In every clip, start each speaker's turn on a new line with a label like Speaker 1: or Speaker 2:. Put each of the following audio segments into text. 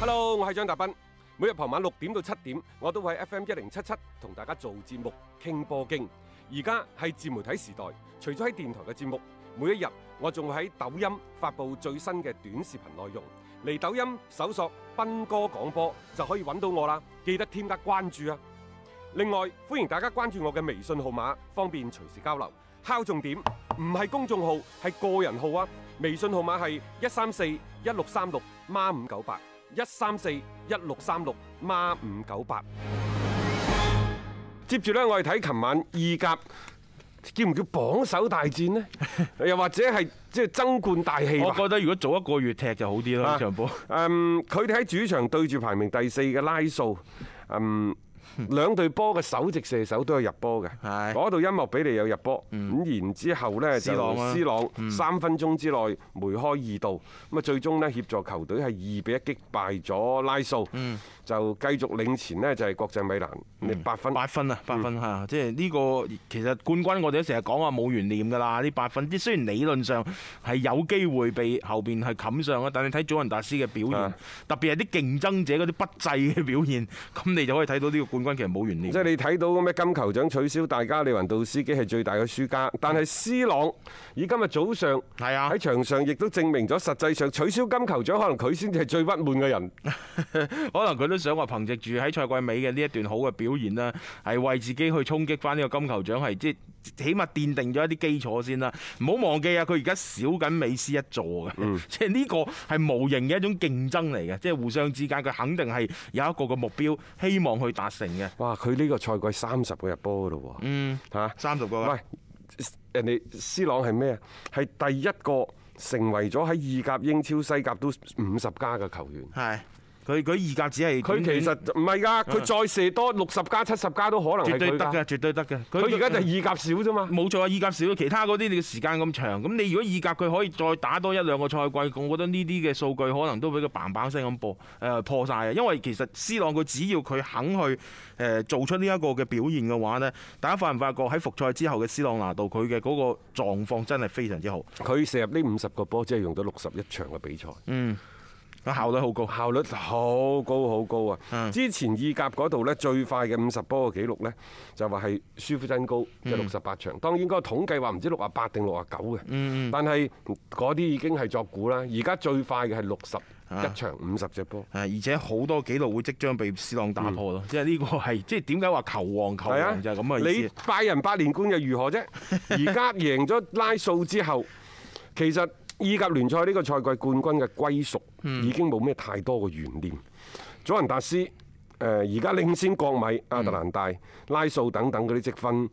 Speaker 1: Hello，我係張達斌。每日傍晚六點到七點，我都會喺 FM 一零七七同大家做節目傾波經。而家係自媒體時代，除咗喺電台嘅節目，每一日我仲會喺抖音發布最新嘅短視頻內容。嚟抖音搜索斌哥廣播就可以揾到我啦，記得添加關注啊！另外，歡迎大家關注我嘅微信號碼，方便隨時交流。敲重點，唔係公眾號，係個人號啊！微信號碼係一三四一六三六孖五九八，一三四一六三六孖五九八。接住呢，我哋睇琴晚意甲。叫唔叫榜首大戰呢？又或者係即係爭冠大戲吧
Speaker 2: 我覺得如果早一個月踢就好啲啦，
Speaker 1: 啊
Speaker 2: 呢場波。
Speaker 1: 嗯，佢哋喺主場對住排名第四嘅拉素，嗯，兩隊波嘅首席射手都有入波嘅。
Speaker 2: 係嗯
Speaker 1: 嗰度音樂比利有入波，咁、然之後呢，
Speaker 2: 斯朗
Speaker 1: 就
Speaker 2: 啊
Speaker 1: 斯朗三分鐘之內梅開二度，咁啊最終呢，協助球隊係二比一擊敗咗拉素，
Speaker 2: 嗯
Speaker 1: 就繼續領前呢，就係國際米蘭八分。
Speaker 2: 八分啊，八
Speaker 1: 嗯
Speaker 2: 分嚇，即係呢個其實冠軍我哋都成日講話冇懸念㗎啦，呢八分，即係雖然理論上係有機會被後邊係冚上啊，但係睇祖雲達斯嘅表現
Speaker 1: 啊，
Speaker 2: 特別係啲競爭者嗰啲不濟嘅表現，咁你就可以睇到呢個冠軍其實冇懸念。
Speaker 1: 即係你睇到咩金球獎取消，大家利雲道斯基係最大嘅輸家，但係斯朗以今日早上
Speaker 2: 係啊
Speaker 1: 喺場上亦都證明咗，實際上取消金球獎可能佢先至係最鬱悶嘅 人。
Speaker 2: 可能佢都想話憑藉住喺賽季尾嘅呢一段好嘅表現啦，係為自己去衝擊翻呢個金球獎，係即係起碼奠定咗一啲基礎先啦。唔好忘記啊，佢而家少緊美斯一座嘅，
Speaker 1: 嗯
Speaker 2: 即係呢個係無形嘅一種競爭嚟嘅，即係互相之間佢肯定係有一個嘅目標，希望去達成嘅。
Speaker 1: 哇！佢呢個賽季三十個入波噶咯喎，
Speaker 2: 嗯，
Speaker 1: 嚇
Speaker 2: 三十個啊
Speaker 1: 喂，人哋斯朗係咩啊？係第一個成為咗喺意甲、英超、西甲都五十加嘅球員。
Speaker 2: 係佢佢意甲只係
Speaker 1: 佢其實唔係㗎，佢再射多六十加、七十加都可能
Speaker 2: 嗯啊絕
Speaker 1: 係
Speaker 2: 對
Speaker 1: 佢
Speaker 2: 得
Speaker 1: 㗎。
Speaker 2: 嘅，絕對得嘅。
Speaker 1: 佢而家就係意甲少啫嘛。
Speaker 2: 冇錯啊，意甲少，其他嗰啲你嘅時間咁長，咁你如果意甲佢可以再打多一兩個賽季，我覺得呢啲嘅數據可能都俾佢砰砰聲咁破誒、破晒啊！因為其實 C 朗佢只要佢肯去誒、做出呢一個嘅表現嘅話呢，大家發唔發覺喺復賽之後嘅 C 朗拿度佢嘅嗰個狀況真係非常之好，
Speaker 1: 佢射入呢五十個波，只係用咗六十一場嘅比賽，
Speaker 2: 佢效率好高。
Speaker 1: 效率好高好高啊！
Speaker 2: 嗯
Speaker 1: 之前意甲嗰度呢，最快嘅五十波嘅記錄呢，就話係舒夫真高，即係六十八場。當然嗰個統計話唔知六啊八定六啊九嘅，但係嗰啲已經係作估啦。而家最快嘅係六十一場五十隻波。
Speaker 2: 誒而且好多紀錄會即將被 C 朗打破咯，即係呢個係即係點解話球王球
Speaker 1: 係啊
Speaker 2: 王就係咁嘅意
Speaker 1: 你
Speaker 2: 思。
Speaker 1: 拜仁八連冠又如何啫？而家贏咗拉素之後，其實意甲聯賽呢個賽季冠軍嘅歸屬已經冇咩太多嘅懸念。祖雲達斯誒而家領先國米、亞特蘭大、拉素等等嗰啲積分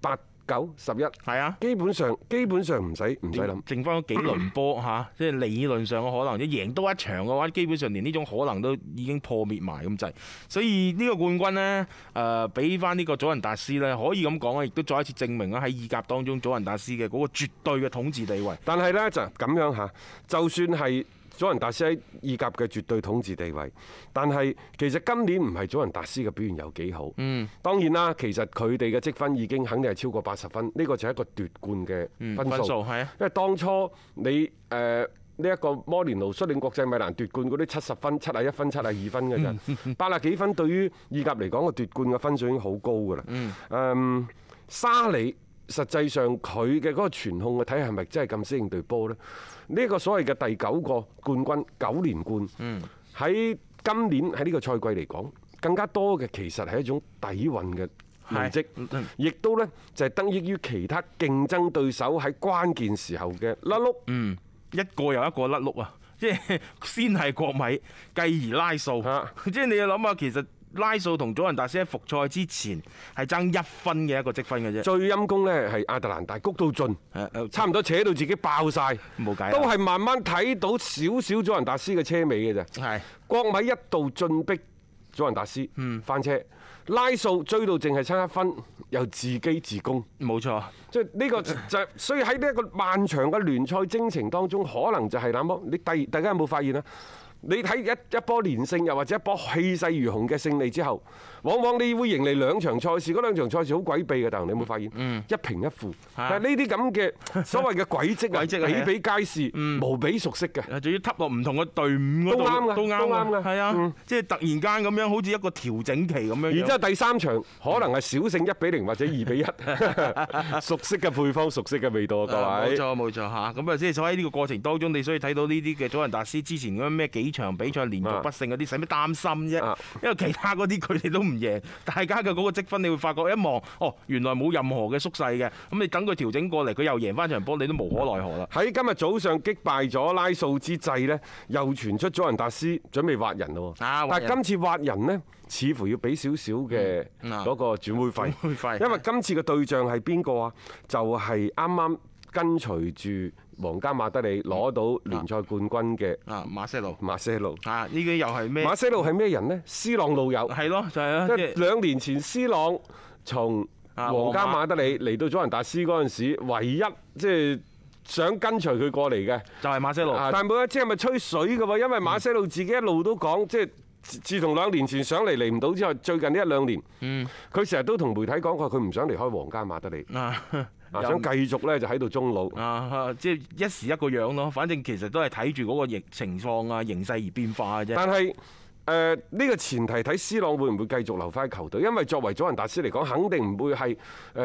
Speaker 1: 八九十一，
Speaker 2: 係啊。
Speaker 1: 基本上基本上唔使唔使諗。
Speaker 2: 剩翻嗰幾輪 波嚇，即係理論上嘅可能，即係贏多一場嘅話，基本上連呢種可能都已經破滅埋咁滯。所以呢個冠軍呢，誒俾翻呢個祖雲達斯呢，可以咁講啊，亦都再一次證明啦喺意甲當中祖雲達斯嘅嗰個絕對嘅統治地位。
Speaker 1: 但係呢，就咁樣嚇，就算係祖雲達斯喺意甲嘅絕對統治地位，但係其實今年唔係祖雲達斯嘅表現有幾好。嗯，當然啦，其實佢哋嘅積分已經肯定係超過八十分，呢個就係一個奪冠嘅
Speaker 2: 嗯
Speaker 1: 分數。
Speaker 2: 係啊，
Speaker 1: 因為當初你誒呢一個摩連奴率領國際米蘭奪冠嗰啲七十分、七啊一分、七啊二分嘅啫， 八啊幾分對於意甲嚟講個奪冠嘅分數已經好高㗎啦。誒沙里實際上佢嘅嗰個傳控嘅體系係咪真係咁適應隊波呢？呢一個所謂嘅第九個冠軍九連冠，喺今年喺呢個賽季嚟講，更加多嘅其實係一種底蘊嘅累積。
Speaker 2: 嗯
Speaker 1: 亦都呢，就係得益於其他競爭對手喺關鍵時候嘅甩碌。
Speaker 2: 嗯，一個又一個甩碌啊！ 即係先係國米，繼而拉素
Speaker 1: 啊，
Speaker 2: 即係你要諗下，其實拉素同祖雲達斯喺復賽之前係爭一分嘅一個積分嘅啫。
Speaker 1: 最陰功呢，係亞特蘭大谷到盡，
Speaker 2: 誒誒
Speaker 1: 差唔多扯到自己爆晒，
Speaker 2: 冇計啦
Speaker 1: 都係慢慢睇到少少祖雲達斯嘅車尾嘅啫。
Speaker 2: 係。
Speaker 1: 國米一度進逼祖雲達斯，
Speaker 2: 嗯
Speaker 1: 翻車，拉數追到淨係差一分，又自己自攻。
Speaker 2: 冇錯，
Speaker 1: 即係呢個就就所以喺呢一個漫長嘅聯賽征程當中，可能就係那麼你第大家有冇發現啊？你睇一一波連勝，又或者一波氣勢如虹嘅勝利之後，往往你會迎嚟兩場賽事，嗰兩場賽事好詭秘嘅，但係你有冇發現？
Speaker 2: 嗯
Speaker 1: 一平一負，但係呢啲咁嘅 所謂嘅軌跡
Speaker 2: 軌跡啊嗯
Speaker 1: 啊，比比皆是，無比熟悉嘅。
Speaker 2: 誒啊仲要揼落唔同嘅隊伍嗰
Speaker 1: 都啱
Speaker 2: 度，
Speaker 1: 㗎都
Speaker 2: 都啱
Speaker 1: 啱
Speaker 2: 㗎，
Speaker 1: 㗎
Speaker 2: 係啊
Speaker 1: 嗯，
Speaker 2: 即係突然間咁樣，好似一個調整期咁樣啊樣。
Speaker 1: 然之後第三場可能係小勝一比零或者二比一， 熟悉嘅配方，熟悉嘅味道啊，各
Speaker 2: 誒冇
Speaker 1: 位。
Speaker 2: 錯冇錯嚇，咁啊即係所以喺呢個過程當中，你所以睇到呢啲嘅祖雲達斯之前嗰啲咩幾場比賽連續不勝嗰啲，使乜擔心啫
Speaker 1: 啊？
Speaker 2: 因為其他嗰啲佢哋都唔贏，大家嘅嗰個積分你會發覺一望，哦原來冇任何嘅縮細嘅，咁你等佢調整過嚟，佢又贏翻場波，你都無可奈 何啦。
Speaker 1: 喺今日早上擊敗咗拉素之際呢，又傳出咗人達斯準備挖人咯喎。
Speaker 2: 啊挖
Speaker 1: 但
Speaker 2: 人
Speaker 1: 係今次挖人呢，似乎要俾少少嘅
Speaker 2: 嗯啊
Speaker 1: 嗰個轉會費。
Speaker 2: 會費
Speaker 1: 因為今次嘅對象係邊個啊？就係啱啱跟隨住皇家馬德里攞到聯賽冠軍嘅
Speaker 2: 啊馬塞路
Speaker 1: 馬塞路。
Speaker 2: 啊，呢啲又係咩
Speaker 1: 馬？塞路係咩人呢？斯朗老友。
Speaker 2: 係咯，就係啦，
Speaker 1: 即
Speaker 2: 啊即
Speaker 1: 係
Speaker 2: 係
Speaker 1: 兩年前斯朗從
Speaker 2: 啊
Speaker 1: 皇家
Speaker 2: 皇
Speaker 1: 馬德里嚟到佐仁達斯嗰陣時，唯一即係想跟隨佢過嚟嘅。
Speaker 2: 就係馬塞路。
Speaker 1: 啊但冇一知係咪吹水嘅喎，因為馬西路自己一路都講，即係自自從兩年前上嚟嚟唔到之後，最近呢一兩年，佢成日都同媒體講過，佢唔想離開皇家馬德里，
Speaker 2: 啊，
Speaker 1: 啊
Speaker 2: 又
Speaker 1: 想繼續呢就喺度終老。
Speaker 2: 啊，即係一時一個樣咯，反正其實都係睇住嗰個疫情況啊、形勢而變化嘅啫。
Speaker 1: 但係誒呢個前提睇斯朗會唔會繼續留翻喺球隊，因為作為祖雲達斯嚟講，肯定唔會係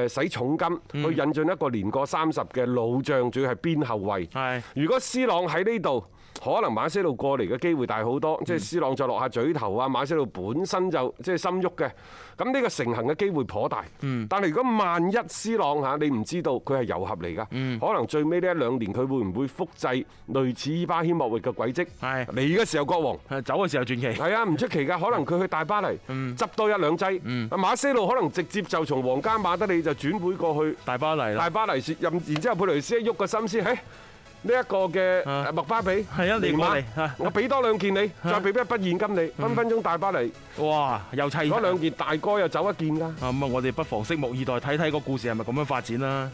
Speaker 1: 誒使重金去引進一個年過三十嘅老將，仲要係邊後衞。
Speaker 2: 係
Speaker 1: 如果斯朗喺呢度，可能馬西路過嚟嘅機會大好多，即係斯朗再落下嘴頭啊，馬西路本身就即係心喐嘅，咁呢個成行嘅機會頗大。但係如果萬一斯朗嚇你唔知道佢係遊俠嚟㗎，可能最尾呢一兩年佢會唔會複製類似伊巴謙莫域嘅軌跡？
Speaker 2: 係
Speaker 1: 嚟嘅時候國王。
Speaker 2: 係走嘅時候傳奇。
Speaker 1: 係啊，唔出奇㗎，可能佢去大巴黎執多一兩劑。啊馬西路可能直接就從皇家馬德里就轉會過去
Speaker 2: 大巴黎啦
Speaker 1: 大，巴黎，任然之後佩雷斯一喐個心思，嘿，呢一個嘅呃
Speaker 2: 啊
Speaker 1: 麥巴比，
Speaker 2: 係啊你
Speaker 1: 尼
Speaker 2: 過
Speaker 1: 馬
Speaker 2: 嚟啊嗯
Speaker 1: 我俾多兩件你，再俾一筆現金你，分分鐘大巴黎
Speaker 2: 哇，又砌
Speaker 1: 嗰兩件大哥又走一件㗎。
Speaker 2: 啊咁啊！我哋不妨拭目以待，睇睇個故事係咪咁樣發展啦。